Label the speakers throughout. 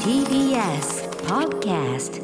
Speaker 1: TBS Podcast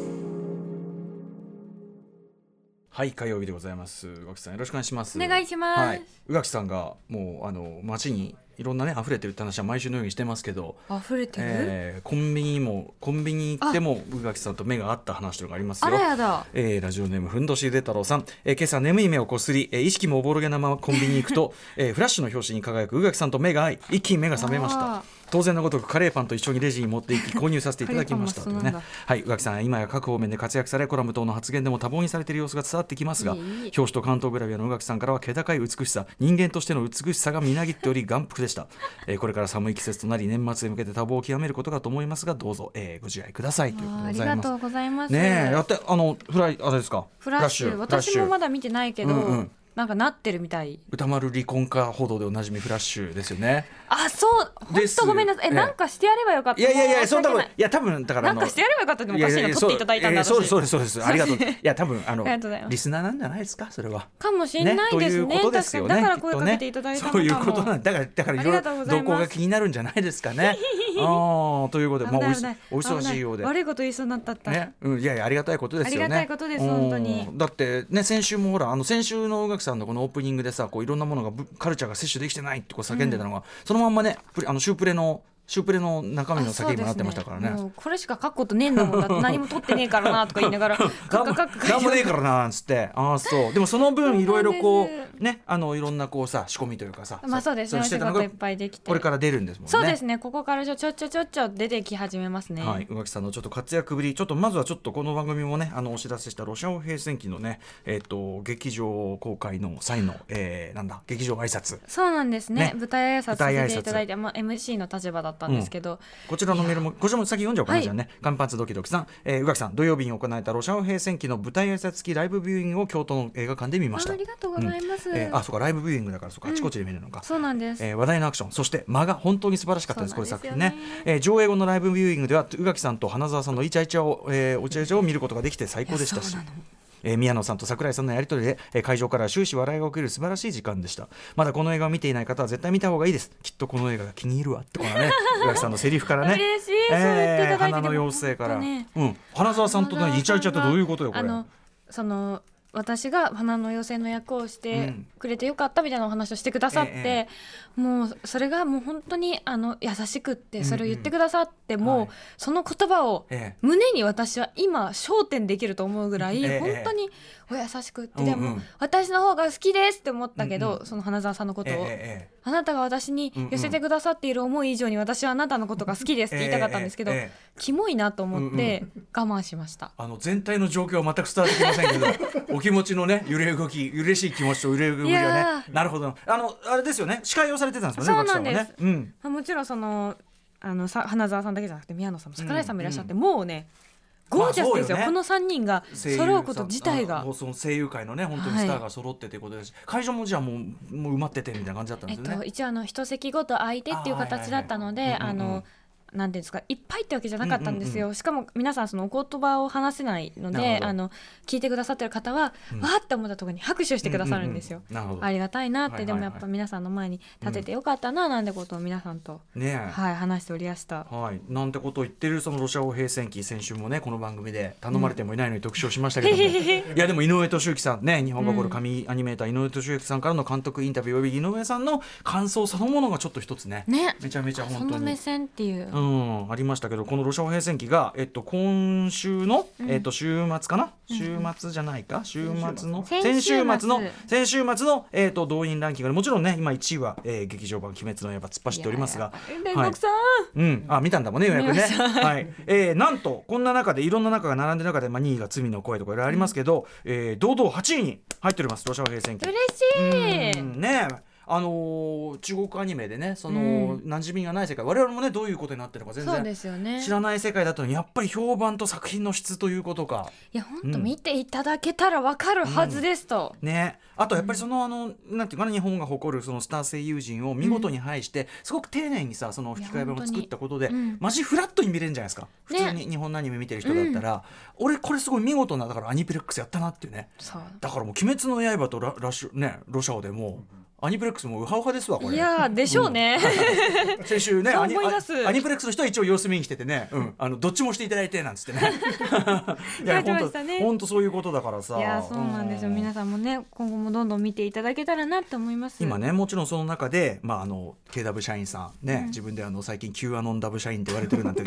Speaker 2: はい火曜日でございます宇垣さんよろしくお願いします
Speaker 3: お願いします
Speaker 2: はい、宇垣さんがもうあの街にいろんなね溢れてるって話は毎週のようにしてますけど、
Speaker 3: 溢れてる、
Speaker 2: えーコンビニもコンビニ行っても宇垣さんと目が合った話とかありますよ
Speaker 3: あらやだ
Speaker 2: えーラジオネームふんどしゆで太郎さん、えー今朝眠い目をこすり、えー意識もおぼろげなままコンビニに行 くと、えーフラッシュの表紙に輝く宇垣さんと目が合い一気に目が覚めまし
Speaker 3: あ
Speaker 2: た
Speaker 3: ー
Speaker 2: 当然のごとくカレーパンと一緒にレジに持って行き購入させていただきました
Speaker 3: カレーパンもそうなんだ
Speaker 2: というねはい宇垣さん今や各方面で活躍されコラム等の発言でも多忙にされている様子が伝わってきますが
Speaker 3: いいいい
Speaker 2: 表紙と関東グラビアの宇垣さんからは気高い美しさ人間としての美しさがみなぎっており眼福でした、えーこれから寒い季節となり年末へ向けて多忙を極めることかと思いますがどうぞ、えーご自愛くださいということ
Speaker 3: あ
Speaker 2: で
Speaker 3: あ
Speaker 2: ご
Speaker 3: り
Speaker 2: ざい
Speaker 3: が
Speaker 2: ます
Speaker 3: とうございます。
Speaker 2: ねえやってあのフライあれですか
Speaker 3: フラッシュ私もまだ見てないけど、
Speaker 2: うんうん
Speaker 3: なんかなってるみたい。
Speaker 2: 歌丸離婚家報道でおなじみフラッシュですよね
Speaker 3: あ、そう、本
Speaker 2: です
Speaker 3: 当ごめんなさい。え、
Speaker 2: ええ
Speaker 3: なんかしてやればよかった。
Speaker 2: いやいやいや
Speaker 3: 申し
Speaker 2: そん
Speaker 3: 訳
Speaker 2: ないこといや多分だから
Speaker 3: な
Speaker 2: あの
Speaker 3: んかしてやればよかったでもおかしい
Speaker 2: や
Speaker 3: な。
Speaker 2: や
Speaker 3: 撮っていただいたんだ
Speaker 2: や
Speaker 3: 私。
Speaker 2: そうですそうですそ うですありがとういや多分あの
Speaker 3: ありがとうございます
Speaker 2: リスナーなんじゃないですかそれは
Speaker 3: かもしれないですね。
Speaker 2: ということで
Speaker 3: 確
Speaker 2: す
Speaker 3: か
Speaker 2: よ
Speaker 3: に
Speaker 2: ね
Speaker 3: だから
Speaker 2: きっと
Speaker 3: 声かけていただいたのかも。
Speaker 2: ね、そういうことなんだからだからいろい
Speaker 3: ありがとうご
Speaker 2: ろ
Speaker 3: ざい
Speaker 2: 動
Speaker 3: ます
Speaker 2: 向が気になるんじゃないですか ねああということでまあおい
Speaker 3: 危
Speaker 2: し
Speaker 3: ない
Speaker 2: お忙しいよう
Speaker 3: 危
Speaker 2: で
Speaker 3: な悪いこと言いそうになったった。
Speaker 2: ね、うん、いやいやありがたいことですよね。
Speaker 3: ありがたいことです
Speaker 2: うん
Speaker 3: 本当に
Speaker 2: だってね先週もほらあの先週の宇垣さんのこのオープニングでさこういろんなものがぶカルチャーが摂取できてないってこう叫んでたのが、そのまんまねプレあのシュープレのシュープレの中身の叫びになってましたからね。
Speaker 3: あそうですもうこれしか書くことねえんだもんだって何も取ってねえ からなとか言いながらカ
Speaker 2: なん
Speaker 3: クカ
Speaker 2: も
Speaker 3: ク書
Speaker 2: なん
Speaker 3: い
Speaker 2: もね
Speaker 3: て
Speaker 2: えからなーっつってああそうでもその分いろいろこ
Speaker 3: そうなん
Speaker 2: うねあのいろんなこうさ仕込みというかさ
Speaker 3: まあそうですね。お
Speaker 2: れして
Speaker 3: 仕
Speaker 2: たの
Speaker 3: 事
Speaker 2: が
Speaker 3: いっぱいできて。
Speaker 2: これから出るんですもん ね。
Speaker 3: そうですね。ここからちょちょちょちょちょ出てき始めますね。
Speaker 2: はい、宇垣さんのちょっと活躍ぶり、ちょっとまずはちょっとこの番組もね、あのお知らせしたロシア語平戦記のね、えっ、と劇場公開の際の、えー、なんだ劇場挨拶。
Speaker 3: そうなんですね
Speaker 2: ね
Speaker 3: 舞台挨拶させていただいて、まあ、MC の立場だったんですけど、
Speaker 2: こちらのメールもこちらも先読んじゃおうかなじゃあね。カンパンツドキドキさん、えー、宇垣さん土曜日に行われたロシア語平戦記の舞台挨拶付きライブビューイングを京都の映画館で見ました。
Speaker 3: あありがとうございます、
Speaker 2: えーあ、そうかライブビューイングだからそうか、あちこちで見れるのか。
Speaker 3: そうなんです、
Speaker 2: えー話題のアクションそして間が本当に素晴らしかったです
Speaker 3: そう
Speaker 2: これ
Speaker 3: なん
Speaker 2: 作
Speaker 3: ですよ
Speaker 2: 品
Speaker 3: ね
Speaker 2: ね、えー上映後のライブビューイングでは宇垣さんと花澤さんのイチャイチャを、えーおちゃいちゃを見ることができて最高でしたし。えー宮野さんと桜井さんのやり取りで、えー会場から終始笑いが起きる素晴らしい時間でしたまだこの映画を見ていない方は絶対見た方がいいですきっとこの映画が気に入るわってこ のね宇垣さんのセリフからね
Speaker 3: 嬉しいそう言っていただいて
Speaker 2: 花の妖精から、
Speaker 3: でも本
Speaker 2: うん、花澤さんと
Speaker 3: 花
Speaker 2: ね
Speaker 3: 澤
Speaker 2: イチャイチャってどういうことよこ
Speaker 3: あ
Speaker 2: れ
Speaker 3: のその私が花の妖精の役をし
Speaker 2: う
Speaker 3: て
Speaker 2: ん
Speaker 3: くれてよかったみたいなお話をしてくださって、
Speaker 2: え
Speaker 3: もうそれがもう本当にあの優しくってそれを言ってくださって、
Speaker 2: ん
Speaker 3: もう、
Speaker 2: はい
Speaker 3: その言葉を
Speaker 2: ええ
Speaker 3: 胸に私は今焦点できると思うぐらい、
Speaker 2: ええ
Speaker 3: 本当にお優しくって、
Speaker 2: うんう
Speaker 3: で
Speaker 2: ん
Speaker 3: も私の方が好きですって思ったけど、
Speaker 2: うん
Speaker 3: その花澤さんのこと
Speaker 2: え
Speaker 3: を、
Speaker 2: ええ
Speaker 3: あなたが私に寄せてくださっている思い以上に私はあなたのことが好きですって言いたかったんですけど、
Speaker 2: えええ
Speaker 3: キモいなと思って我慢しました。
Speaker 2: あの全体の状況は全く伝わってきません けどお気持ちのね揺れ動き嬉しい気持ちと揺れ動き
Speaker 3: い
Speaker 2: が
Speaker 3: や
Speaker 2: ねなるほどあのあれですよね司会をされてたんですよね
Speaker 3: そうなんです
Speaker 2: 宇垣さんはね、
Speaker 3: まあもちろんそのあのさ花澤さんだけじゃなくて宮野さんも桜井さんもいらっしゃって、
Speaker 2: う
Speaker 3: もうねゴージャスですよ,、
Speaker 2: まあそうよね
Speaker 3: この3人が
Speaker 2: うん、
Speaker 3: 揃うこと自体が
Speaker 2: あ。のその声優界のね本当にスターが揃ってということですし、会場もじゃあもうもう埋まっててみたいな感じだったん
Speaker 3: え
Speaker 2: で
Speaker 3: っ
Speaker 2: すよ
Speaker 3: と、
Speaker 2: ね、
Speaker 3: 一応あの一席ごと空いてっていう形だったので
Speaker 2: あはいはいはい
Speaker 3: あ
Speaker 2: うんうんうん
Speaker 3: のなんていうんですかいっぱいってわけじゃなかったんですよ、
Speaker 2: うんうん
Speaker 3: しかも皆さんそのお言葉を話せないの
Speaker 2: なるほ
Speaker 3: で
Speaker 2: ど
Speaker 3: あの聞いてくださってる方は、
Speaker 2: ん
Speaker 3: わーって思ったところに拍手してくださるんですよ。
Speaker 2: うんうんうんなるほど
Speaker 3: ありがたいなって、
Speaker 2: はいはい
Speaker 3: で
Speaker 2: はい
Speaker 3: もやっぱ皆さんの前に立ててよかったな、なんてことを皆さんと、
Speaker 2: ねえ
Speaker 3: はい、話しておりやした。
Speaker 2: はい、なんてことを言ってるそのロシア語平戦記先週もねこの番組で頼まれてもいないのに特集をしましたけども、 いやでも井上俊之さんね日本が誇る神アニメーター井上俊之さんからの監督インタビューおよび井上さんの感想そのものがちょっと一つね
Speaker 3: ね
Speaker 2: めちゃめちゃ
Speaker 3: そ
Speaker 2: 本
Speaker 3: の
Speaker 2: 当
Speaker 3: 目
Speaker 2: に。
Speaker 3: 線っていう、
Speaker 2: うん、ありましたけどこのロシア語平戦記が、えっと、今週の、えっと、週末かな、週末じゃないか週末の
Speaker 3: 先
Speaker 2: 先週
Speaker 3: 週末
Speaker 2: 末の先週末の、えっと、動員ランキングでもちろんね今1位は、えー劇場版「鬼滅の刃」突っ走っておりますが
Speaker 3: 煉
Speaker 2: はい
Speaker 3: 獄さん、
Speaker 2: うん、あ見たんだもんねようやくね。
Speaker 3: 見ました
Speaker 2: はい、えーなんとこんな中でいろんな中が並んでる中で、まあ、2位が罪の声とかいろいろありますけど、えー堂々8位に入っておりますロシア平戦記。
Speaker 3: 嬉しい、
Speaker 2: うんねえあのー中国アニメでねその、馴染みがない世界我々もねどういうことになってるのか全
Speaker 3: そうで
Speaker 2: 然
Speaker 3: すよね
Speaker 2: 知らない世界だとやっぱり評判と作品の質ということか。
Speaker 3: いや本
Speaker 2: う
Speaker 3: 当
Speaker 2: ん
Speaker 3: 見ていただけたらわかるはずですと、
Speaker 2: ね、あとやっぱりその、あのなんていうかな日本が誇るそのスター声優陣を見事に配して、すごく丁寧にさその吹き替え版を作ったことで、
Speaker 3: いや本当にうん
Speaker 2: マジフラットに見れるんじゃないですか普通に日本のアニメ見てる人だったら、俺これすごい見事なだからアニプレックスやったなっていうね
Speaker 3: そう
Speaker 2: だからもう「鬼滅の刃とラ」ラッシュ、ね、ロシャオでもうアニプレックスもウハウハですわこれ
Speaker 3: いやーでしょう ね、
Speaker 2: 先週ね
Speaker 3: そう
Speaker 2: アニ
Speaker 3: 思い出す
Speaker 2: アニプレックスの人は一応様子見に来ててね、うん、あのどっちもしていただいてなんつってね い
Speaker 3: や
Speaker 2: や
Speaker 3: ってま
Speaker 2: 本
Speaker 3: した
Speaker 2: 当
Speaker 3: ね
Speaker 2: 本当そういうことだからさ
Speaker 3: いやーそうなんですよ
Speaker 2: うん
Speaker 3: 皆さんもね今後もどんどん見ていただけたらなって思います
Speaker 2: 今ねもちろんその中で、まあ、あの KW 社員さんね、
Speaker 3: うん
Speaker 2: 自分であの最近 Q アノンダブ社員って言われてるなんてい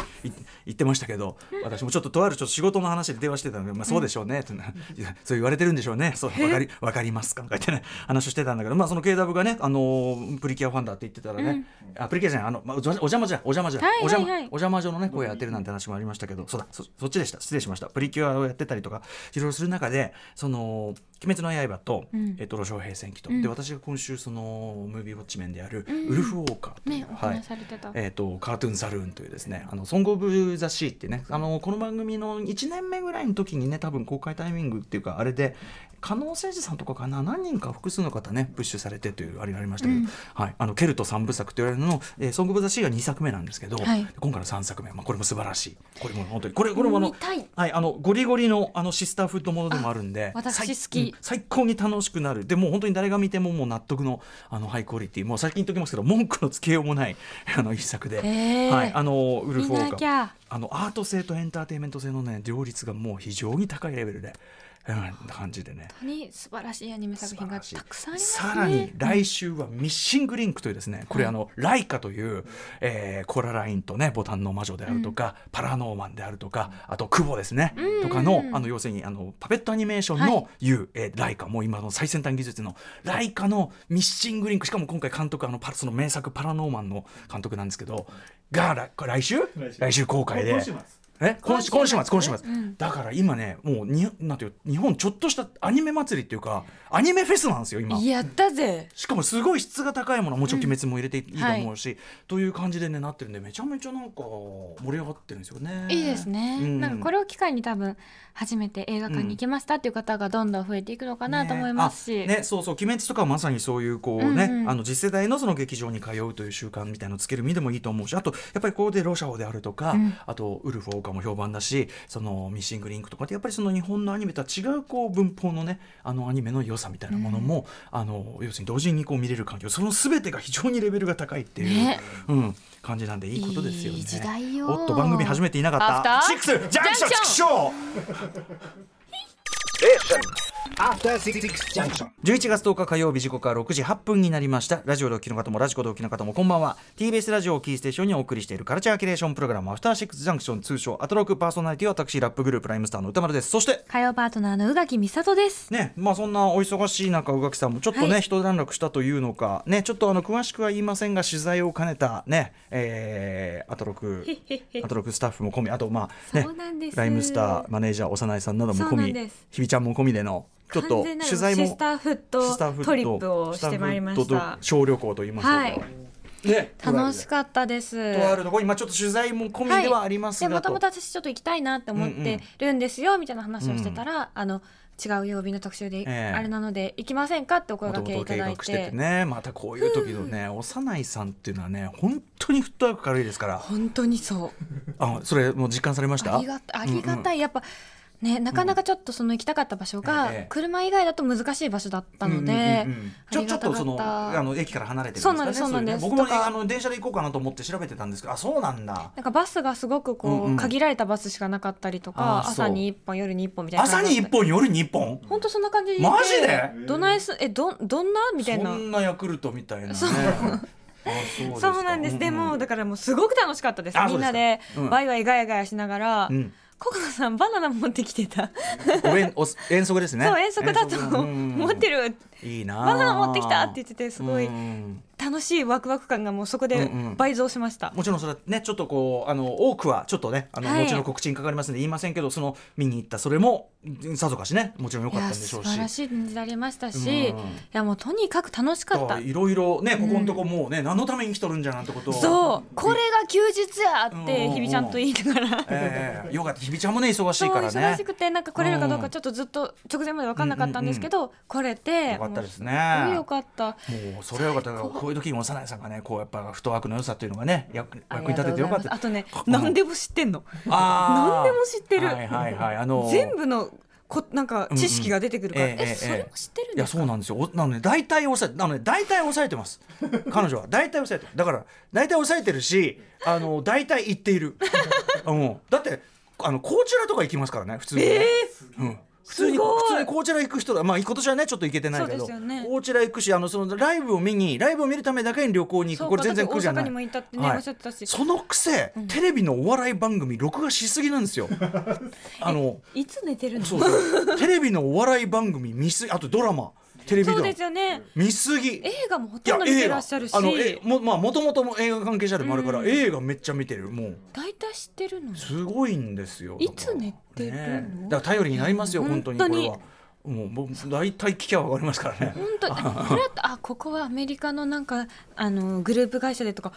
Speaker 2: 言 ってましたけど私もちょっととあるちょっと仕事の話で電話してたので、まあ、そうでしょうね、ってないや そう言われてるんでしょうねそうわかりわかりますかとか言ってね 話をしてたんだけど、まあ、その KW がねあのプリキュアファンだって言ってたらね、あプリキュアじゃないあの、まあ、お邪魔じゃお邪魔じゃ、
Speaker 3: はいはいはい
Speaker 2: お邪魔お邪魔女のね声やってるなんて話もありましたけど、そうだそそっちでした失礼しましたプリキュアをやってたりとかいろいろする中でその「鬼滅の刃と」
Speaker 3: うん
Speaker 2: えっと「路上平戦記と」
Speaker 3: うん
Speaker 2: で私が今週そのムービーウォッチ面でやる
Speaker 3: うん
Speaker 2: 「ウルフウォーカー」という、
Speaker 3: ねお
Speaker 2: はい
Speaker 3: 話しされてた、
Speaker 2: えっとカートゥーンサルーンというですね「あのソング・オブ・ザ・シー」ってねあのこの番組の1年目ぐらいの時にね多分公開タイミングっていうかあれで加納誠司さんとかかな何人か複数の方ねプッシュされてというあれがありましたけど、
Speaker 3: うん
Speaker 2: はい、あのケルト3部作と言われるのの「えーソング・オブ・ザ・シー」が2作目なんですけど、
Speaker 3: はい
Speaker 2: 今回の3作目、まあ、これも素晴らしいこれも本当にこれこれもあの
Speaker 3: 見たい
Speaker 2: はい、あのゴリゴリのあのシスターフッドものでもあるんで
Speaker 3: あ私
Speaker 2: 最
Speaker 3: 好き
Speaker 2: うん最高に楽しくなるでもう本当に誰が見てももう納得のあのハイクオリティもう最近言っときますけど文句のつけようもない あの一作で、
Speaker 3: へー
Speaker 2: はい、あのウル
Speaker 3: 見
Speaker 2: フ・ウォ
Speaker 3: な
Speaker 2: ーカ
Speaker 3: き
Speaker 2: ー
Speaker 3: ゃ
Speaker 2: あのアート性とエンターテインメント性の、ね、両立がもう非常に高いレベルで、うん、感じでね。
Speaker 3: 本当に素晴らしいアニメ作品がたくさんありますね
Speaker 2: さらに来週はミッシングリンクというですね、これあのライカという、えーコララインとねボタンの魔女であるとか、パラノーマンであるとかあとクボですね、
Speaker 3: うん
Speaker 2: とかのあの要するにあのパペットアニメーション
Speaker 3: は
Speaker 2: の U、えーライカもう今の最先端技術のライカのミッシングリンクしかも今回監督あのパその名作パラノーマンの監督なんですけどがら来週
Speaker 4: 来週
Speaker 2: 来週公開で
Speaker 4: 今週末
Speaker 2: え今週今
Speaker 3: 今週
Speaker 2: 週末
Speaker 3: 末
Speaker 2: 今週末、
Speaker 3: うん
Speaker 2: だから今ねもうになんていう日本ちょっとしたアニメ祭りっていうかアニメフェスなんですよ今
Speaker 3: やったぜ
Speaker 2: しかもすごい質が高いものはもちろん「鬼滅」も入れていいと
Speaker 3: はい
Speaker 2: 思うし、という感じでねなってるんでめちゃめちゃなんか盛り上がってるんですよね
Speaker 3: いいですね、
Speaker 2: うん
Speaker 3: なんかこれを機会に多分初めて映画館に行けましたっていう方がどんどん増えていくのかなと思いますし、
Speaker 2: ねあねそうそう「鬼滅」とかはまさにそういうこうね、
Speaker 3: うんうん
Speaker 2: あの次世代のその劇場に通うという習慣みたいのつける身でもいいと思うしあとやっぱりこうでロシャオであるとか、
Speaker 3: うん
Speaker 2: あとウルフ・オーカーも評判だしそのミッシング・リンクとかってやっぱりその日本のアニメとは違うこう文法のねあのアニメの良さみたいなものも、あの要するに同時にこう見れる環境その全てが非常にレベルが高いっていう、
Speaker 3: ね
Speaker 2: うん、感じなんでいいことですよね。
Speaker 3: いい時代よ
Speaker 2: おっと番組始めていなかっ
Speaker 3: アフタ
Speaker 2: た
Speaker 3: ー
Speaker 2: シックスジャンクシ
Speaker 3: ジャンクショ
Speaker 2: ョン
Speaker 3: ン
Speaker 2: チクショー
Speaker 5: After Six Junction.
Speaker 2: 11月10日火曜日時刻は6時8分になりましたラジオでお聞きの方もラジコでお聞きの方もこんばんは TBS ラジオをキーステーションにお送りしているカルチャーキュレーションプログラム「アフターシックスジャンクション」通称アトロクパーソナリティは私ラップグループライムスターの歌丸ですそして
Speaker 3: 火曜パートナーの宇垣美里です
Speaker 2: ねまあそんなお忙しい中宇垣さんもちょっとね、
Speaker 3: は
Speaker 2: 一段落したというのかねちょっとあの詳しくは言いませんが取材を兼ねたねえー、アトロクアトロクスタッフも込みあとまあね
Speaker 3: そうなんです
Speaker 2: ライムスターマネージャー長内さんなども
Speaker 3: そう
Speaker 2: 込
Speaker 3: なん
Speaker 2: み
Speaker 3: です
Speaker 2: ひびちゃんも込みでのちょっ
Speaker 3: 完
Speaker 2: と
Speaker 3: 全なる
Speaker 2: 取材も
Speaker 3: シスターフッ
Speaker 2: シスタ
Speaker 3: ト
Speaker 2: ーフッ
Speaker 3: トリップをしてまいりまし
Speaker 2: シスターフッ
Speaker 3: た
Speaker 2: トと小旅行と言いましょうか、
Speaker 3: はい
Speaker 2: で
Speaker 3: 楽しかったです
Speaker 2: とあるところ今ちょっと取材も込みではありますが、
Speaker 3: でもとも
Speaker 2: と
Speaker 3: と私ちょっと行きたいなって思っ
Speaker 2: うんうん
Speaker 3: てるんですよ、みたいな話をしてたら、あの違う曜日の特集で、
Speaker 2: ええ
Speaker 3: あれなので行きませんかってお声
Speaker 2: 元
Speaker 3: 掛け
Speaker 2: 々
Speaker 3: いた
Speaker 2: 計
Speaker 3: だ
Speaker 2: 画
Speaker 3: い
Speaker 2: してててねまたこういう時のね幼いさんっていうのはね本当にフットワーク軽いですから
Speaker 3: 本当にそう
Speaker 2: あそれもう実感されました
Speaker 3: ありがたありがたい、やっぱねなかなかちょっとその行きたかった場所が、
Speaker 2: ええ
Speaker 3: 車以外だと難しい場所だった
Speaker 2: うんうん
Speaker 3: の
Speaker 2: うん
Speaker 3: で、
Speaker 2: うんち
Speaker 3: あ
Speaker 2: ょ
Speaker 3: り
Speaker 2: ち
Speaker 3: が
Speaker 2: ょった
Speaker 3: か
Speaker 2: と
Speaker 3: った
Speaker 2: そのあの駅から離れてる
Speaker 3: そうなんです
Speaker 2: かね
Speaker 3: そうなんです
Speaker 2: れね僕
Speaker 3: と
Speaker 2: もね
Speaker 3: か
Speaker 2: あの電車で行こうかなと思って調べてたんですけどあそうなんだ
Speaker 3: なんかバスがすごくこう、
Speaker 2: うんうん
Speaker 3: 限られたバスしかなかったりとか
Speaker 2: あーそう
Speaker 3: 朝に1本夜に1本みたいな
Speaker 2: 朝に一本夜に一本
Speaker 3: 本当そんな感じ
Speaker 2: マジで
Speaker 3: どないすえどどんなみたい
Speaker 2: そ
Speaker 3: なん
Speaker 2: なヤクルトみたいなね
Speaker 3: そう
Speaker 2: あそうですか
Speaker 3: そうなんです、で
Speaker 2: うんう
Speaker 3: も
Speaker 2: ん
Speaker 3: だからもうすごく楽しかったです
Speaker 2: あ
Speaker 3: みんなで
Speaker 2: そうですかうん
Speaker 3: ワイワイガヤガヤしながら、
Speaker 2: うん
Speaker 3: ココナさんバナナ持ってきてた、
Speaker 2: お遠お遠足ですね
Speaker 3: そう遠足だと
Speaker 2: 遠足うんうん
Speaker 3: 持ってる
Speaker 2: いいな
Speaker 3: バナナ持ってきたって言っててすごい
Speaker 2: うん
Speaker 3: 楽しいワクワク感がもうそこで
Speaker 2: うんうん
Speaker 3: 倍増しました、
Speaker 2: もちろんそれはねちょっとこうあの多くはちょっとねあの、
Speaker 3: はい
Speaker 2: 後の告知にかかりますんで言いませんけどその見に行ったそれもさぞかしねもちろん良か
Speaker 3: い
Speaker 2: ったん
Speaker 3: や
Speaker 2: でし
Speaker 3: 素
Speaker 2: ょう
Speaker 3: 晴ら
Speaker 2: し。
Speaker 3: しいになりましたし、
Speaker 2: うん
Speaker 3: いやもうとにかく楽しか
Speaker 2: だ
Speaker 3: っ
Speaker 2: から
Speaker 3: た
Speaker 2: いろいろねここのとこもうね、何のために来とるんじゃなんてことを
Speaker 3: そうこれが休日やって
Speaker 2: うん
Speaker 3: 日比ちゃんと言いながら。
Speaker 2: ええよかったひびちゃんもね忙し
Speaker 3: そ
Speaker 2: いうから
Speaker 3: 忙
Speaker 2: ね
Speaker 3: しくてなんか来れるかどうかちょっとずっと直前まで分かんなかったんですけど、来れて
Speaker 2: よかったですね
Speaker 3: もうすごいよかった
Speaker 2: もうそれはよかったこういう時に幼いさんがねこうやっぱフットワークの良さっていうのがね役役に立ててよかっ
Speaker 3: あ
Speaker 2: た
Speaker 3: りがとうございますあとね
Speaker 2: うん
Speaker 3: 何でも知ってんの
Speaker 2: あー
Speaker 3: 何でも知ってる
Speaker 2: はいはいはいあの
Speaker 3: 全部のこなんか知識が出てくるから、
Speaker 2: ええ
Speaker 3: え
Speaker 2: え
Speaker 6: それも知ってるん
Speaker 2: いや
Speaker 6: ですか
Speaker 2: そうなんですよおなので大体抑えなので大体抑え てます彼女は大体抑えてるだから大体抑えてるしあの大体言って いる、うん、だってあのコーチュラとか行きますからね普通にね、うん普通に
Speaker 3: すごい
Speaker 2: 普通にコーチュラ行く人だ、まあ、今年はねちょっと行けてないけ
Speaker 3: そ
Speaker 2: ど、
Speaker 3: うですよね
Speaker 2: コーチュラ行くしあのそのライブを見にライブを見るためだけに旅行に行
Speaker 3: そ
Speaker 2: く
Speaker 3: う
Speaker 2: これ全然
Speaker 3: だっ
Speaker 2: 苦じ
Speaker 3: て
Speaker 2: ゃ
Speaker 3: 大阪
Speaker 2: ない
Speaker 3: にも行ったってね、
Speaker 2: はい
Speaker 3: おっしゃってたし
Speaker 2: そのくせ、テレビのお笑い番組録画しすぎなんで すよあの
Speaker 3: いつ寝てるの
Speaker 2: そうそうテレビのお笑い番組見すぎあとドラマテレビド
Speaker 3: そう
Speaker 2: ラマ
Speaker 3: ですよね
Speaker 2: 見すぎ
Speaker 3: 映画もほ
Speaker 2: い
Speaker 3: と
Speaker 2: や
Speaker 3: んど見て
Speaker 2: 映
Speaker 3: ら
Speaker 2: 画
Speaker 3: っしゃるし
Speaker 2: あのえもまあ元々も映画関係者でもあるから、
Speaker 3: うん
Speaker 2: 映画めっちゃ見てるもう
Speaker 3: 大体知ってるの
Speaker 2: すごいんですよ
Speaker 3: いつ寝てるの
Speaker 2: ねえだから頼りになりますよ、
Speaker 3: うん
Speaker 2: 本当にこ
Speaker 3: 本当
Speaker 2: れ
Speaker 3: に
Speaker 2: はもう僕大体聞きゃ分かりますからね
Speaker 3: 本 当にこれだとあここはアメリカのなんかあのグループ会社でとか、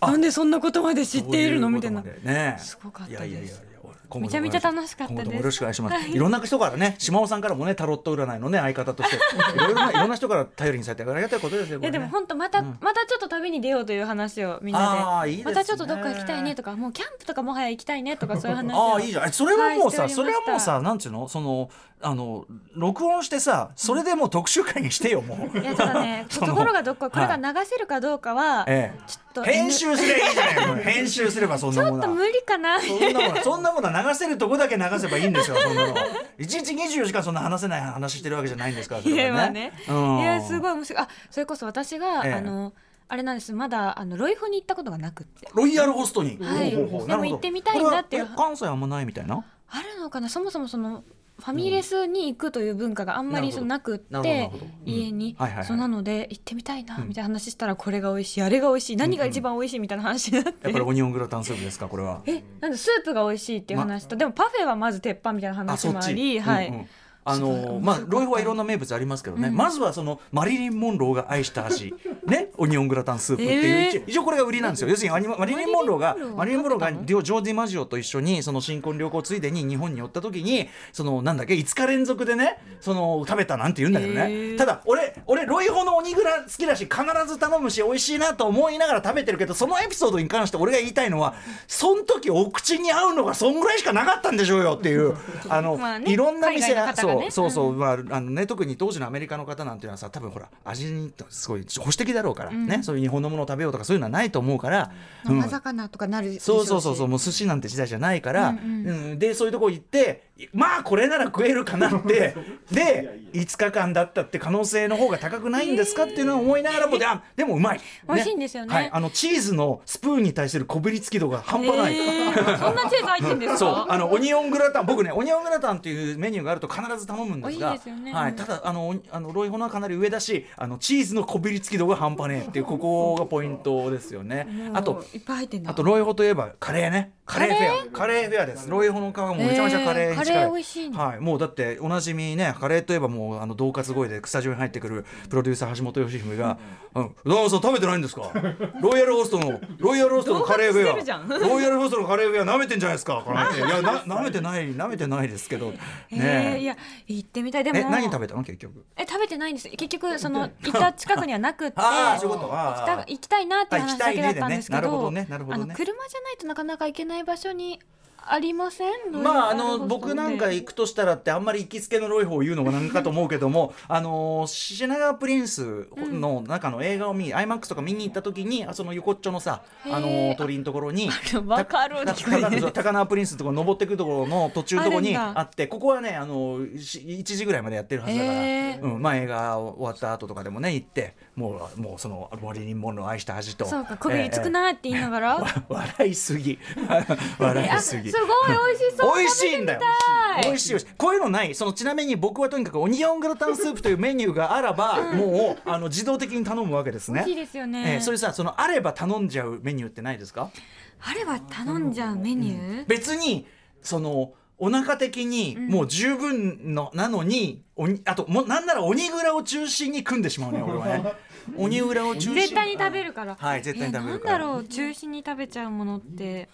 Speaker 3: あなんでそんなことまで知っているのみたいな
Speaker 2: そううことまでね
Speaker 3: すごかったです
Speaker 2: いやいやいやいや今後
Speaker 3: めちゃめちゃ楽しかったです
Speaker 2: 今後ともよろしくお願いします、い、ろんな人からね島尾さんからもねタロット占いのね相方と していろいろないろんな人から頼りにされてありがたいことですよ
Speaker 3: いやでも
Speaker 2: これ
Speaker 3: 本
Speaker 2: ね
Speaker 3: 当また、またちょっと旅に出ようという話をみん
Speaker 2: あ
Speaker 3: な
Speaker 2: ー
Speaker 3: で
Speaker 2: いいですね
Speaker 3: またちょっとどっか行きたいねとかもうキャンプとかもはや行きたいねとかそういう話
Speaker 2: あ
Speaker 3: を
Speaker 2: あいいじゃんえそれはもうさ、
Speaker 3: はいして
Speaker 2: そ
Speaker 3: おり
Speaker 2: れ
Speaker 3: ま
Speaker 2: は
Speaker 3: した
Speaker 2: もうさなんちゅうのそのあの録音してさそれでもう特集会にしてよも う
Speaker 3: いやちょっとね
Speaker 2: そ
Speaker 3: と
Speaker 2: の
Speaker 3: ころがどっここれが
Speaker 2: はい
Speaker 3: 流せるかどうかは、
Speaker 2: ええ
Speaker 3: ちょっと
Speaker 2: 編集すればいいじゃないの編集すればそん
Speaker 3: ち
Speaker 2: な
Speaker 3: ょ
Speaker 2: も
Speaker 3: っ
Speaker 2: の
Speaker 3: と
Speaker 2: は
Speaker 3: 無理かな
Speaker 2: そんなものはそんなものは流せるとこだけ流せばいいんですよそんな のは一日24時間そんな話せない話してるわけじゃないんですからそ
Speaker 3: い
Speaker 2: れ
Speaker 3: やま
Speaker 2: は
Speaker 3: あね、
Speaker 2: うん
Speaker 3: いやすごい面白いあそれこそ私が、
Speaker 2: ええ
Speaker 3: あのあれなんですまだあのロイホに行ったことがなくって
Speaker 2: ロイヤルホストに、
Speaker 3: はい
Speaker 2: ほうほうほ
Speaker 3: でも
Speaker 2: うなるほど
Speaker 3: 行ってみたいんだっていう
Speaker 2: これはえ関西あんまないみたいな
Speaker 3: あるのかなそもそもそのファミレスに行くという文化があんまりそのなくっ
Speaker 2: なるほどなる
Speaker 3: て
Speaker 2: ほどなるほどうん
Speaker 3: 家に、
Speaker 2: はいはいはい
Speaker 3: そうなので行ってみたいなみたいな話したらこれが美味しいあれが美味しい何が一番美味しいみたいな話になって、
Speaker 2: やっぱりオニオングラタンスープですかこれは
Speaker 3: えなんでスープが美味しいっていう話と、でもパフェはまず鉄板みたいな
Speaker 2: あ
Speaker 3: 話
Speaker 2: そ
Speaker 3: も
Speaker 2: っ
Speaker 3: あ
Speaker 2: ち
Speaker 3: りはい、
Speaker 2: うんうんあ
Speaker 3: すごい
Speaker 2: の
Speaker 3: 面白
Speaker 2: まあ
Speaker 3: かった
Speaker 2: ロイホはいろんな名物ありますけどね、まずはそのマリリン・モンローが愛した味ねオニオングラタンスープっていう、
Speaker 3: えー
Speaker 2: 一応一応これが売りなんですよ要するにアニママリリン・モンローがマ
Speaker 3: マ
Speaker 2: リ
Speaker 3: リリ
Speaker 2: リン・
Speaker 3: ン
Speaker 2: モ
Speaker 3: モ
Speaker 2: ン
Speaker 3: ン
Speaker 2: ロ
Speaker 3: ロ
Speaker 2: ー
Speaker 3: ー
Speaker 2: が
Speaker 3: が
Speaker 2: ジョージ・マジオと一緒にその新婚旅行ついでに日本に寄った時にそのなんだっけ5日連続でねその食べたなんて言うんだけどね、
Speaker 3: えー
Speaker 2: ただ俺俺ロイホのオニグラ好きだし必ず頼むし美味しいなと思いながら食べてるけどそのエピソードに関して俺が言いたい のはその時お口に合うのがそんぐらいしかなかったんでしょうよっ ていうあの、
Speaker 3: まあね
Speaker 2: いろんな店
Speaker 3: 海外の方がね
Speaker 2: そうそうそう、まああのね、特に当時のアメリカの方なんていうのはさ多分ほら味にすごい保守的だろうから、ねそういう日本のものを食べようとかそういうのはないと思うから、うん
Speaker 3: 生魚とかなるでしょ
Speaker 2: そうう
Speaker 3: し
Speaker 2: そうそうそうもう寿司なんて時代じゃないから、うんでそういうとこ行ってまあこれなら食えるかな ってで5日間だったって可能性の方が高くないんですかっていうのを思いながらもであでもうまい、ね
Speaker 3: 美味しいんですよね
Speaker 2: はい、あのチーズのスプーンに対するこびりつき度が半端ない、
Speaker 3: えーそんなチーズ入ってんですか
Speaker 2: そうあのオニオングラタン僕ねオニオングラタンっていうメニューがあると必ず頼むんですが
Speaker 3: いいですよね
Speaker 2: はい、ただあのおあのロイホナはかなり上だしあのチーズのこびりつき度が半端ねえっていうここがポイントですよねあと
Speaker 3: いっぱい入ってんだ
Speaker 2: あとロイホといえばカレーねカレーフェアカレーフェアですロイホの皮もめちゃめちゃカ
Speaker 3: え
Speaker 2: レーに近い、
Speaker 3: ーカレー美味しいんだ
Speaker 2: はいもうだっておなじみねカレーといえばもうあの恫喝声でスタジオに入ってくるプロデューサー橋本良文が「うん、うさん食べてないんですかロイヤルホストのロイヤルホストのカレーフ
Speaker 3: 恫喝してるじゃん
Speaker 2: ェアロイヤルホストのカレーフェア舐めてんじゃないですか」この相手いやな舐めてない舐めてないですけどね
Speaker 3: えーいや行ってみたいでも
Speaker 2: え何食べたの結局
Speaker 3: え食べてないんです結局その行った近くにはなくって
Speaker 2: あ
Speaker 3: 行
Speaker 2: ーそういうことあー
Speaker 3: きた行きたいなっていう話だけだったんですけ
Speaker 2: あ行き
Speaker 3: ど
Speaker 2: たいねでねなるほどねなるほ
Speaker 3: あ
Speaker 2: ど
Speaker 3: の
Speaker 2: ね
Speaker 3: 車じゃないとなかなか行けない場所にありません
Speaker 2: まああの僕なんか行くとしたらってあんまり行きつけのロイホを言うのもなんかと思うけ どもあの品川プリンスの中の映画を見に、IMAX とか見に行った時にあその横っちょのさ
Speaker 3: へー
Speaker 2: あの鳥居のとこ ろに
Speaker 3: あのバカローで聞こえる
Speaker 2: たた高輪プリンスのところ登ってくるところの途中のところに
Speaker 3: あるん
Speaker 2: あ
Speaker 3: だ
Speaker 2: ってここはねあのし1時ぐらいまでやってるはずだから、
Speaker 3: へー
Speaker 2: うんまあ、映画終わった後とかでもね行ってもうもうそのマリリン・モンローを愛した味と
Speaker 3: そうかこびりつく
Speaker 2: え
Speaker 3: なって言いながら、
Speaker 2: え笑いすぎ 笑い
Speaker 3: あ
Speaker 2: す
Speaker 3: すごい
Speaker 2: ぎ
Speaker 3: 美味しそう
Speaker 2: 美味しいんだよ
Speaker 3: 食べて
Speaker 2: 美
Speaker 3: みたい
Speaker 2: 味しい美味しいこういうのないそのちなみに僕はとにかくオニオングラタンスープというメニューがあらば、もうあの自動的に頼むわけです
Speaker 3: 美
Speaker 2: ね
Speaker 3: 味しいですよね、
Speaker 2: えーそれさそのあれば頼んじゃうメニューってないですか
Speaker 3: あれは頼んじゃうメニュー、
Speaker 2: 別にそのお腹的にもう十分の、なのにおにあともうなんなら鬼グラを中心に組んでしまうね俺 はね鬼グラを中心
Speaker 3: 絶対に食べるから。
Speaker 2: はい絶対に食べるから
Speaker 3: えーなんだろう中心に食べちゃうものって。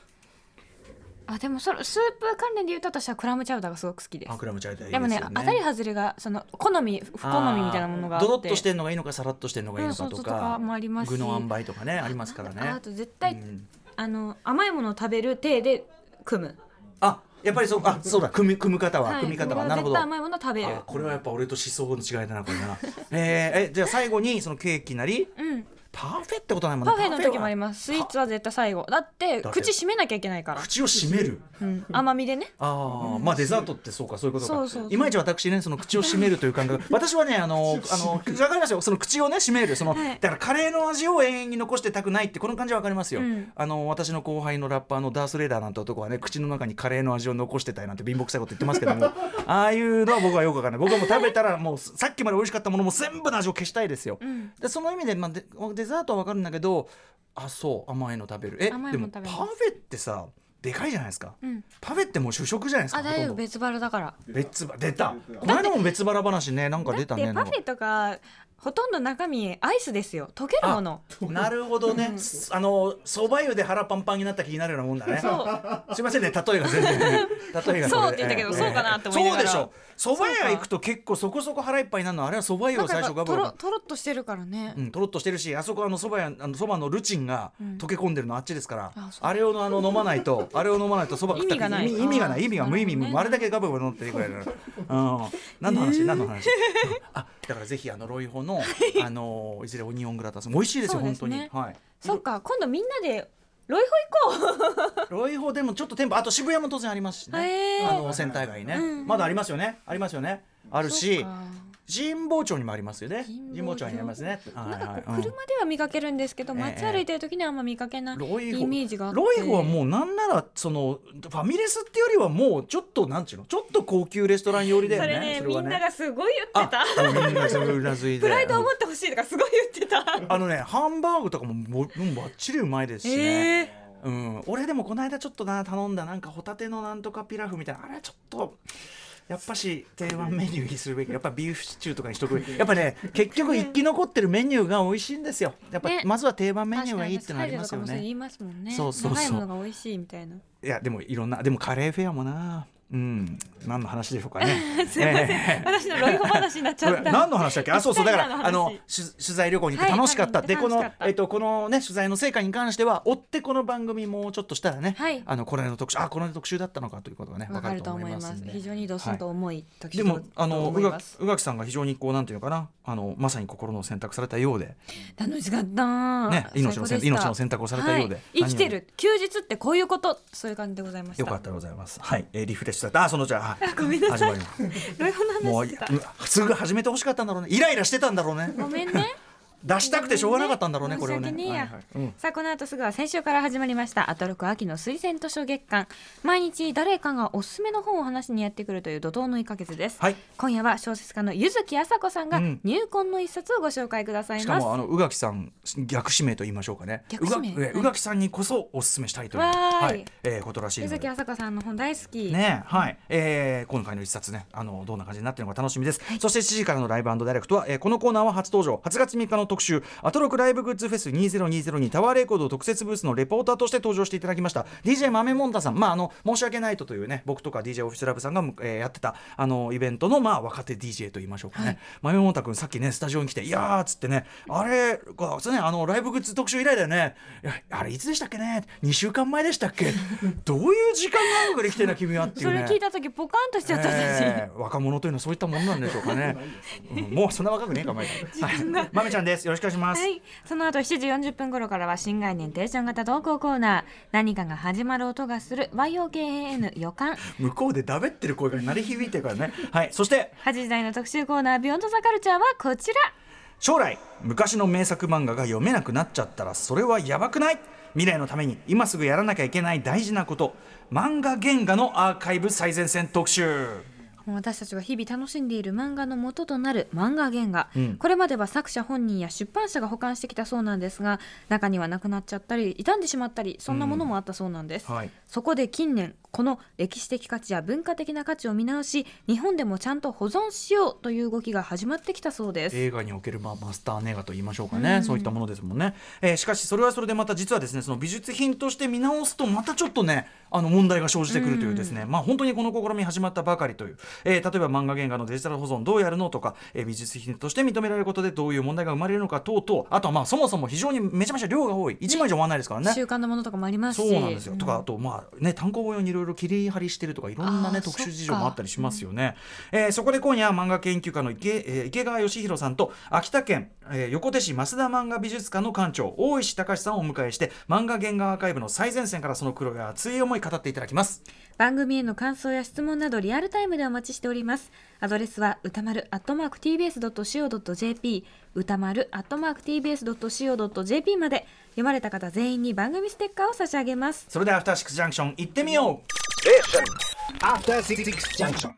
Speaker 3: あでもそれスープ関連で言うと私はクラムチャウダーがすごく好きです
Speaker 2: あ。クラムチャウダーいい
Speaker 3: でもね
Speaker 2: すよ
Speaker 3: 当たり外れがその好み不好みみたいなものがあって。
Speaker 2: ドロッとしてんのがいいのかさらっとしてんのがいいのか
Speaker 3: うんそ
Speaker 2: と
Speaker 3: うそうと
Speaker 2: か
Speaker 3: かもありますし
Speaker 2: 具の塩梅とかねありますからね
Speaker 3: あと絶対、
Speaker 2: うん
Speaker 3: あの甘いものを食べる手で組む。
Speaker 2: あやっぱりそうあそうだ組み組む方は、
Speaker 3: はい
Speaker 2: 組み方
Speaker 3: こ
Speaker 2: は
Speaker 3: れ
Speaker 2: なる
Speaker 3: 絶
Speaker 2: ほど
Speaker 3: 対甘いもの食べる
Speaker 2: あこれはやっぱ俺と思想の違いだなこれな えーえじゃあ最後にそのケーキなり
Speaker 3: うん
Speaker 2: パフェってことはないもんね
Speaker 3: パフェの時もあり
Speaker 2: パ
Speaker 3: ますスイーツは絶対最後だって
Speaker 2: だって
Speaker 3: 口閉めなきゃいけないから
Speaker 2: フは、口を閉める
Speaker 3: うん、甘みでね
Speaker 2: ああ、まあデザートってそうかそういうことか
Speaker 3: そうそうそう
Speaker 2: いまいち私ねその口を閉めるという感覚私はねあのあのわかりますよその口をね閉めるその、だからカレーの味を永遠に残してたくないってこの感じはわかりますよ、
Speaker 3: うん
Speaker 2: あの私の後輩のラッパーのダースレーダーなんて男はね口の中にカレーの味を残してたいなんて貧乏くさいこと言ってますけどもああいうのは僕はよくわかんない僕はもう食べたらもうさっきまで美味しかったものも全部の味を消したいですよ、
Speaker 3: ん
Speaker 2: でその意味で、まあ、デデザートはわかるんだけどあそう甘いの食べるえ
Speaker 6: 甘い
Speaker 2: で
Speaker 6: も
Speaker 2: も
Speaker 6: の
Speaker 2: パ
Speaker 6: 食べ
Speaker 2: フ
Speaker 6: ます
Speaker 2: ェってさでかいじゃないですか、
Speaker 6: うん
Speaker 2: パフェってもう主食じゃないですか
Speaker 3: あ大丈
Speaker 2: ほ
Speaker 3: 夫
Speaker 2: とんど
Speaker 3: 別腹だから
Speaker 2: 別腹出たこの間も別腹話ねなんか出たね
Speaker 3: でパフェとかほとんど中身アイスですよ溶けるもの
Speaker 2: なるほどねあのそば湯で腹パンパンになった気になるようなもんだねすいませんね例えが全然例えが
Speaker 3: そうって言ったけどそうかなって思いながら
Speaker 2: そうでしょそば屋行くと結構そこそこ腹いっぱいになるのあれはそば湯
Speaker 3: な
Speaker 2: を
Speaker 3: んか
Speaker 2: 最
Speaker 3: やっ
Speaker 2: 初
Speaker 3: ぱ
Speaker 2: ガブ
Speaker 3: と
Speaker 2: ガ
Speaker 3: ろ
Speaker 2: ブ
Speaker 3: とろっとしてるからね、
Speaker 2: うん、とろっとしてるしあそこはあのそばやあのそばのルチンが溶け込んでるのあっちですから、
Speaker 3: あそう
Speaker 2: あれをあの飲まない とあれを飲まないとそば食った
Speaker 3: 意味がない
Speaker 2: 意味意味がな
Speaker 3: あ
Speaker 2: い
Speaker 3: ー
Speaker 2: 意味が無意味、
Speaker 3: なるほどね
Speaker 2: あれだけガブガブ飲ってるぐらいな の、うん、何の話、何の話 あだからぜひあのロイホのあのいずれオニオングラタン美味しいです
Speaker 3: そう
Speaker 2: よ
Speaker 3: で
Speaker 2: 本
Speaker 3: す
Speaker 2: 当に、
Speaker 3: ね
Speaker 2: はい
Speaker 3: そっか今度みんなでロイホ行こ
Speaker 2: ロイホでもちょっと店舗あと渋谷も当然ありますしね、
Speaker 3: へー
Speaker 2: あのセンター街ね、まだありますよねあり ますよねあるし神保町にもありますよね神
Speaker 3: 神
Speaker 2: 保
Speaker 3: 保
Speaker 2: 町
Speaker 3: 町
Speaker 2: にありますね
Speaker 3: う
Speaker 2: はい
Speaker 3: なん
Speaker 2: は
Speaker 3: かこ
Speaker 2: い
Speaker 3: う
Speaker 2: うん
Speaker 3: 車では見かけるんですけど、
Speaker 2: ええ
Speaker 3: 街歩いてる時にはあんま見かけない
Speaker 2: ロイホ
Speaker 3: イメージがあって
Speaker 2: ロイホはもうなんならそのファミレスってよりはもうちょっとなんちゅうのちょっと高級レストラン寄りだよ
Speaker 3: そ
Speaker 2: ね
Speaker 3: れね
Speaker 2: は
Speaker 3: みんながすごい言ってた
Speaker 2: あみんなそううなずいて
Speaker 3: プライドを持ってほしいとかすごい言ってた
Speaker 2: あのねハンバーグとかももうもうバッチリうまいですしね、
Speaker 3: ええ
Speaker 2: うん、俺でもこの間ちょっとな頼んだなんかホタテのなんとかピラフみたいなあれはちょっとやっぱし定番メニューにするべきやっぱビーフシチューとかにしとくべきやっぱね結局生き残ってるメニューが美味しいんですよやっぱ、
Speaker 6: ね
Speaker 2: まずは定番メニューがいいってのありますよ
Speaker 3: 確かに私カイロとかもそれ
Speaker 2: ね
Speaker 3: 言いますもんね
Speaker 2: そうそうそう
Speaker 3: 長いものが美味しいみたいない
Speaker 2: やでもいろんなでもカレーフェアもなうん何の話でしょうかね
Speaker 3: すいません、
Speaker 2: ええ
Speaker 3: 私のロイホ話になっちゃ
Speaker 2: こ
Speaker 3: っ
Speaker 2: れ
Speaker 3: た
Speaker 2: 何の話だっけあそうそうだから
Speaker 3: 一体何
Speaker 2: あ
Speaker 3: の話
Speaker 2: の取取材旅行に行って
Speaker 3: はい
Speaker 2: 楽しかった、
Speaker 3: 楽
Speaker 2: で
Speaker 3: しか
Speaker 2: こ
Speaker 3: った
Speaker 2: の、えっと、このね取材の成果に関しては追ってこの番組もうちょっとしたらね、
Speaker 3: はい
Speaker 2: あのこれの特集あこれの特集だったのかということがね分
Speaker 3: わ
Speaker 2: か
Speaker 3: か
Speaker 2: る
Speaker 3: る
Speaker 2: と
Speaker 3: と
Speaker 2: 思
Speaker 3: 思
Speaker 2: い
Speaker 3: い
Speaker 2: ま
Speaker 3: ますす
Speaker 2: んで
Speaker 3: 非常にドスンと重い時
Speaker 2: でもあの
Speaker 3: 思
Speaker 2: 宇
Speaker 3: いま
Speaker 2: 垣
Speaker 3: す
Speaker 2: 宇垣さんが非常にこうなんていうのかなあのまさに心の選択されたようで、
Speaker 3: 楽しかった、
Speaker 2: ね、命の
Speaker 3: 最高で
Speaker 2: 選
Speaker 3: した
Speaker 2: 命の選択をされたようで、
Speaker 3: はい、生きて
Speaker 2: 何より
Speaker 3: る休日ってこういうことそういう感じでございました
Speaker 2: よかったでございますはい、えーリフレッシュされたあそのじゃあ
Speaker 3: ごめんなさい
Speaker 2: 始まります
Speaker 3: ロイホの
Speaker 2: もう
Speaker 3: 話
Speaker 2: い
Speaker 3: し
Speaker 2: や
Speaker 3: た
Speaker 2: うんすぐ始めてほしかったんだろうねイライラしてたんだろうね
Speaker 3: ごめんね
Speaker 2: 出したくてしょうがなかったんだろうね
Speaker 3: ご
Speaker 2: これ
Speaker 3: め
Speaker 2: を
Speaker 3: ん
Speaker 2: ね
Speaker 3: 申し訳ねえや
Speaker 2: はいはいうん
Speaker 3: さあこの後すぐは先週から始まりましたアトロク秋の推薦図書月間毎日誰かがおすすめの本を話しにやってくるという怒涛の1ヶ月です、
Speaker 2: はい
Speaker 3: 今夜は小説家の柚木麻子さんが
Speaker 2: うん
Speaker 3: 入婚の一冊をご紹介ください
Speaker 2: しか
Speaker 3: ます、
Speaker 2: もあの宇垣さん逆指名と言いましょうかね。
Speaker 3: 逆指名
Speaker 2: うがえ宇垣さんにこそお勧めしたいという
Speaker 3: わーい
Speaker 2: はいえーことらしい
Speaker 3: 柚
Speaker 2: の
Speaker 3: 木
Speaker 2: で。
Speaker 3: 麻子さんの本大好き、
Speaker 2: ねえはいえー今回の一冊ねあのどんな感じになってるのか楽しみです、そして7時からのライブダイレクトは、えーこのコーナーは初登場8月3日の特集アトロクライブグッズフェス2020にタワーレコード特設ブースのレポーターとして登場していただきました DJ 豆もんたさんまああの申し訳ないとというね僕とか DJ オフィスラブさんが、えーやってたあのイベントのまあ若手 DJ と言いましょうかね、豆もんたくんさっきねスタジオに来ていやーっつってねあれこうそうねあのライブグッズ特集以来だよねいやあれいつでしたっけね2週間前でした っけどういう時間がかで来てんだ君はっていう
Speaker 3: それ
Speaker 2: ね
Speaker 3: 聞いた時ポカンとしちゃった私、
Speaker 2: えー若者というのはそういったものなんでしょう かね、うんもうそんな若くねえかまえはい、まめちゃんですよろしくお願いします、
Speaker 3: はい、その後7時40分頃からは新概念テンション型投稿コーナー何かが始まる音がする YOKAN 予感
Speaker 2: 向こうでだべってる声が鳴り響いてるからねはいそして
Speaker 3: 8時台の特集コーナービヨンドザカルチャーはこちら
Speaker 2: 将来昔の名作漫画が読めなくなっちゃったらそれはやばくない未来のために今すぐやらなきゃいけない大事なこと漫画原画のアーカイブ最前線特集
Speaker 3: もう私たちが日々楽しんでいる漫画の元となる漫画原画、
Speaker 2: うん
Speaker 3: これまでは作者本人や出版社が保管してきたそうなんですが中にはなくなっちゃったり傷んでしまったりそんなものもあったそうなんです、
Speaker 2: うんはい
Speaker 3: そこで近年この歴史的価値や文化的な価値を見直し日本でもちゃんと保存しようという動きが始まってきたそうです
Speaker 2: 映画における、まあ、マスターネガと言いましょうかね、そういったものですもんね、えーしかしそれはそれでまた実はですねその美術品として見直すとまたちょっとねあの問題が生じてくるというですね、まあ本当にこの試み始まったばかりという、えー例えば漫画原画のデジタル保存どうやるのとか、えー美術品として認められることでどういう問題が生まれるのか等々あとはまあそもそも非常にめちゃめちゃ量が多い一枚じゃ終わらないですからね
Speaker 3: 習慣のものとかもありますし
Speaker 2: そうなんですよ、とかあとまあね単行本用にいろいろ切り張りしてるとかいろんなね
Speaker 3: あー
Speaker 2: 特
Speaker 3: そ
Speaker 2: 殊
Speaker 3: っか
Speaker 2: 事情もあったりしますよねそ,、えーそこで今夜漫画研究家の池,、えー池川義弘さんと秋田県、えー横手市増田漫画美術館の館長大石隆さんをお迎えして漫画原画アーカイブの最前線からその苦労や熱い思い語っていただきます
Speaker 3: 番組への感想や質問などリアルタイムでお待ちしておりますアドレスは歌丸 atmarktbs.co.jp 歌丸 atmarktbs.co.jp まで読まれた方全員に番組ステッカーを差し上げます
Speaker 2: それではアフターシックスジャンクション行ってみよう
Speaker 5: After Six Junction.